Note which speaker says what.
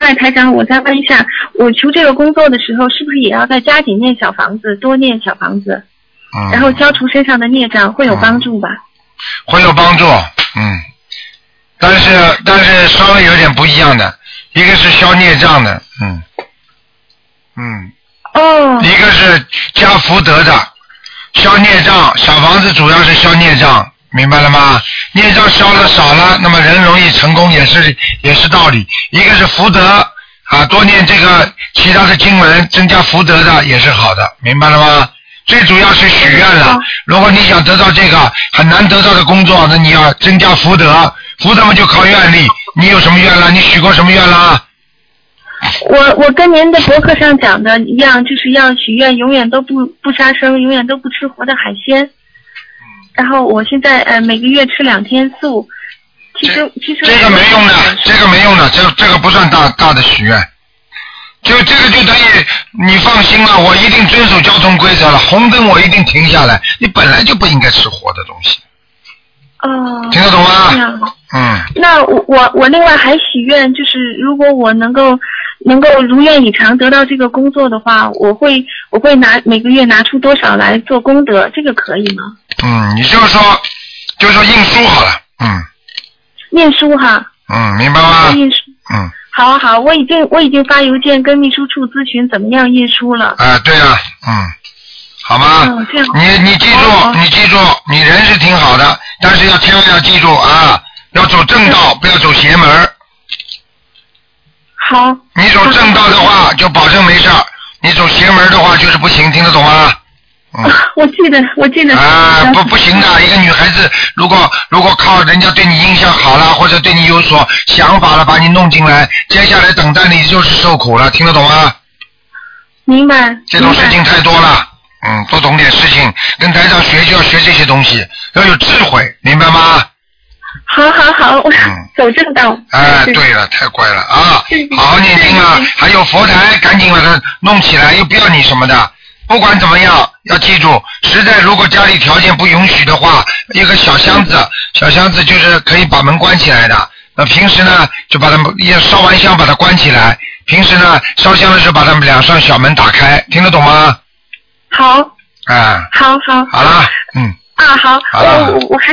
Speaker 1: 外台长，我再问一下，我求这个工作的时候，是不是也要再加紧念小房子，多念小房子，
Speaker 2: 嗯，
Speaker 1: 然后消除身上的孽障，会有帮助吧？
Speaker 2: 会有帮助，嗯，但是但是稍微有点不一样的，一个是消孽障的，嗯，嗯，
Speaker 1: 哦，
Speaker 2: 一个是加福德的，消孽障，小房子主要是消孽障，明白了吗？孽障消了少了，那么人容易成功也是也是道理。一个是福德啊，多念这个其他的经文，增加福德的也是好的，明白了吗？最主要是许愿了
Speaker 1: 哦。
Speaker 2: 如果你想得到这个很难得到的工作，那你要增加福德，福德嘛就靠愿力。你有什么愿了？你许过什么愿了？
Speaker 1: 我我跟您的博客上讲的一样，就是要许愿，永远都不不杀生，永远都不吃活的海鲜。
Speaker 2: 嗯
Speaker 1: 然后我现在呃每个月吃两天素，其实其实
Speaker 2: 这个没用的，这个没用的，这这个不算大大的许愿，就这个就等于你放心了，我一定遵守交通规则了，红灯我一定停下来，你本来就不应该吃活的东西，
Speaker 1: 哦，
Speaker 2: 听得懂
Speaker 1: 这
Speaker 2: 吗？
Speaker 1: 样。
Speaker 2: 嗯，
Speaker 1: 那我我我另外还许愿，就是如果我能够能够如愿以偿得到这个工作的话，我会我会拿每个月拿出多少来做功德，这个可以吗？
Speaker 2: 嗯，你就说就说印书好了，嗯
Speaker 1: 念书哈，
Speaker 2: 嗯，明白吗？
Speaker 1: 念书。
Speaker 2: 嗯，
Speaker 1: 好啊好啊，我已经我已经发邮件跟秘书处咨询怎么样印书了。
Speaker 2: 啊、对啊，嗯，好吗？
Speaker 1: 嗯，这样
Speaker 2: 你你记住
Speaker 1: 哦，
Speaker 2: 你记住，你人是挺好的，但是要千万要记住啊，要走正道，不要走邪门儿。
Speaker 1: 好，
Speaker 2: 你走正道的话，就保证没事儿；你走邪门的话，就是不行，听得懂吗？ 嗯，
Speaker 1: 我记得我记得。
Speaker 2: 啊，不不行的，一个女孩子如果如果靠人家对你印象好了，或者对你有所想法了，把你弄进来，接下来等待你就是受苦了，听得懂吗？
Speaker 1: 明白。
Speaker 2: 这种事情
Speaker 1: 明白
Speaker 2: 太多了，嗯，多懂点事情，跟台长学就要学这些东西，要有智慧，明白吗？
Speaker 1: 好好好，我
Speaker 2: 嗯
Speaker 1: 走正道。
Speaker 2: 哎，
Speaker 1: 是
Speaker 2: 对了，太乖了啊
Speaker 1: 对！
Speaker 2: 好好念经啊
Speaker 1: 对对，
Speaker 2: 还有佛台，赶紧把它弄起来，又不要你什么的。不管怎么样，要记住，实在如果家里条件不允许的话，一个小箱子，小箱子就是可以把门关起来的。那平时呢，就把它们也烧完香把它关起来。平时呢，烧香的时候把它们两扇小门打开，听得懂吗？
Speaker 1: 好，
Speaker 2: 啊，
Speaker 1: 好好
Speaker 2: 好了，嗯。
Speaker 1: 啊，好，
Speaker 2: 好了
Speaker 1: 我我我还